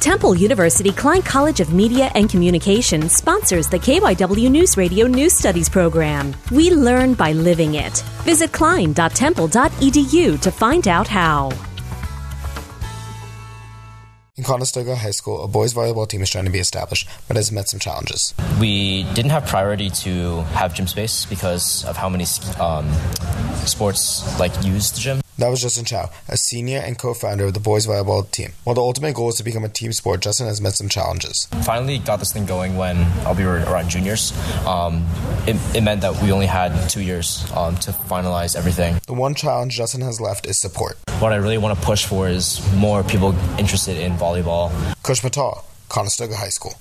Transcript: Temple University Klein College of Media and Communication sponsors the KYW News Radio News Studies program. We learn by living it. Visit klein.temple.edu E to find out how. In Conestoga High School, a boys' volleyball team is trying to be established, but has met some challenges. We didn't have priority to have gym space because of how many um, sports like use the gym. That was Justin Chow, a senior and co-founder of the boys' volleyball team. While the ultimate goal is to become a team sport, Justin has met some challenges. Finally, got this thing going when uh, we were around juniors. Um, it, it, meant that we only had two years um, to finalize everything. The one challenge Justin has left is support. What I really want to push for is more people interested in volleyball. Kush Patel, Conestoga High School.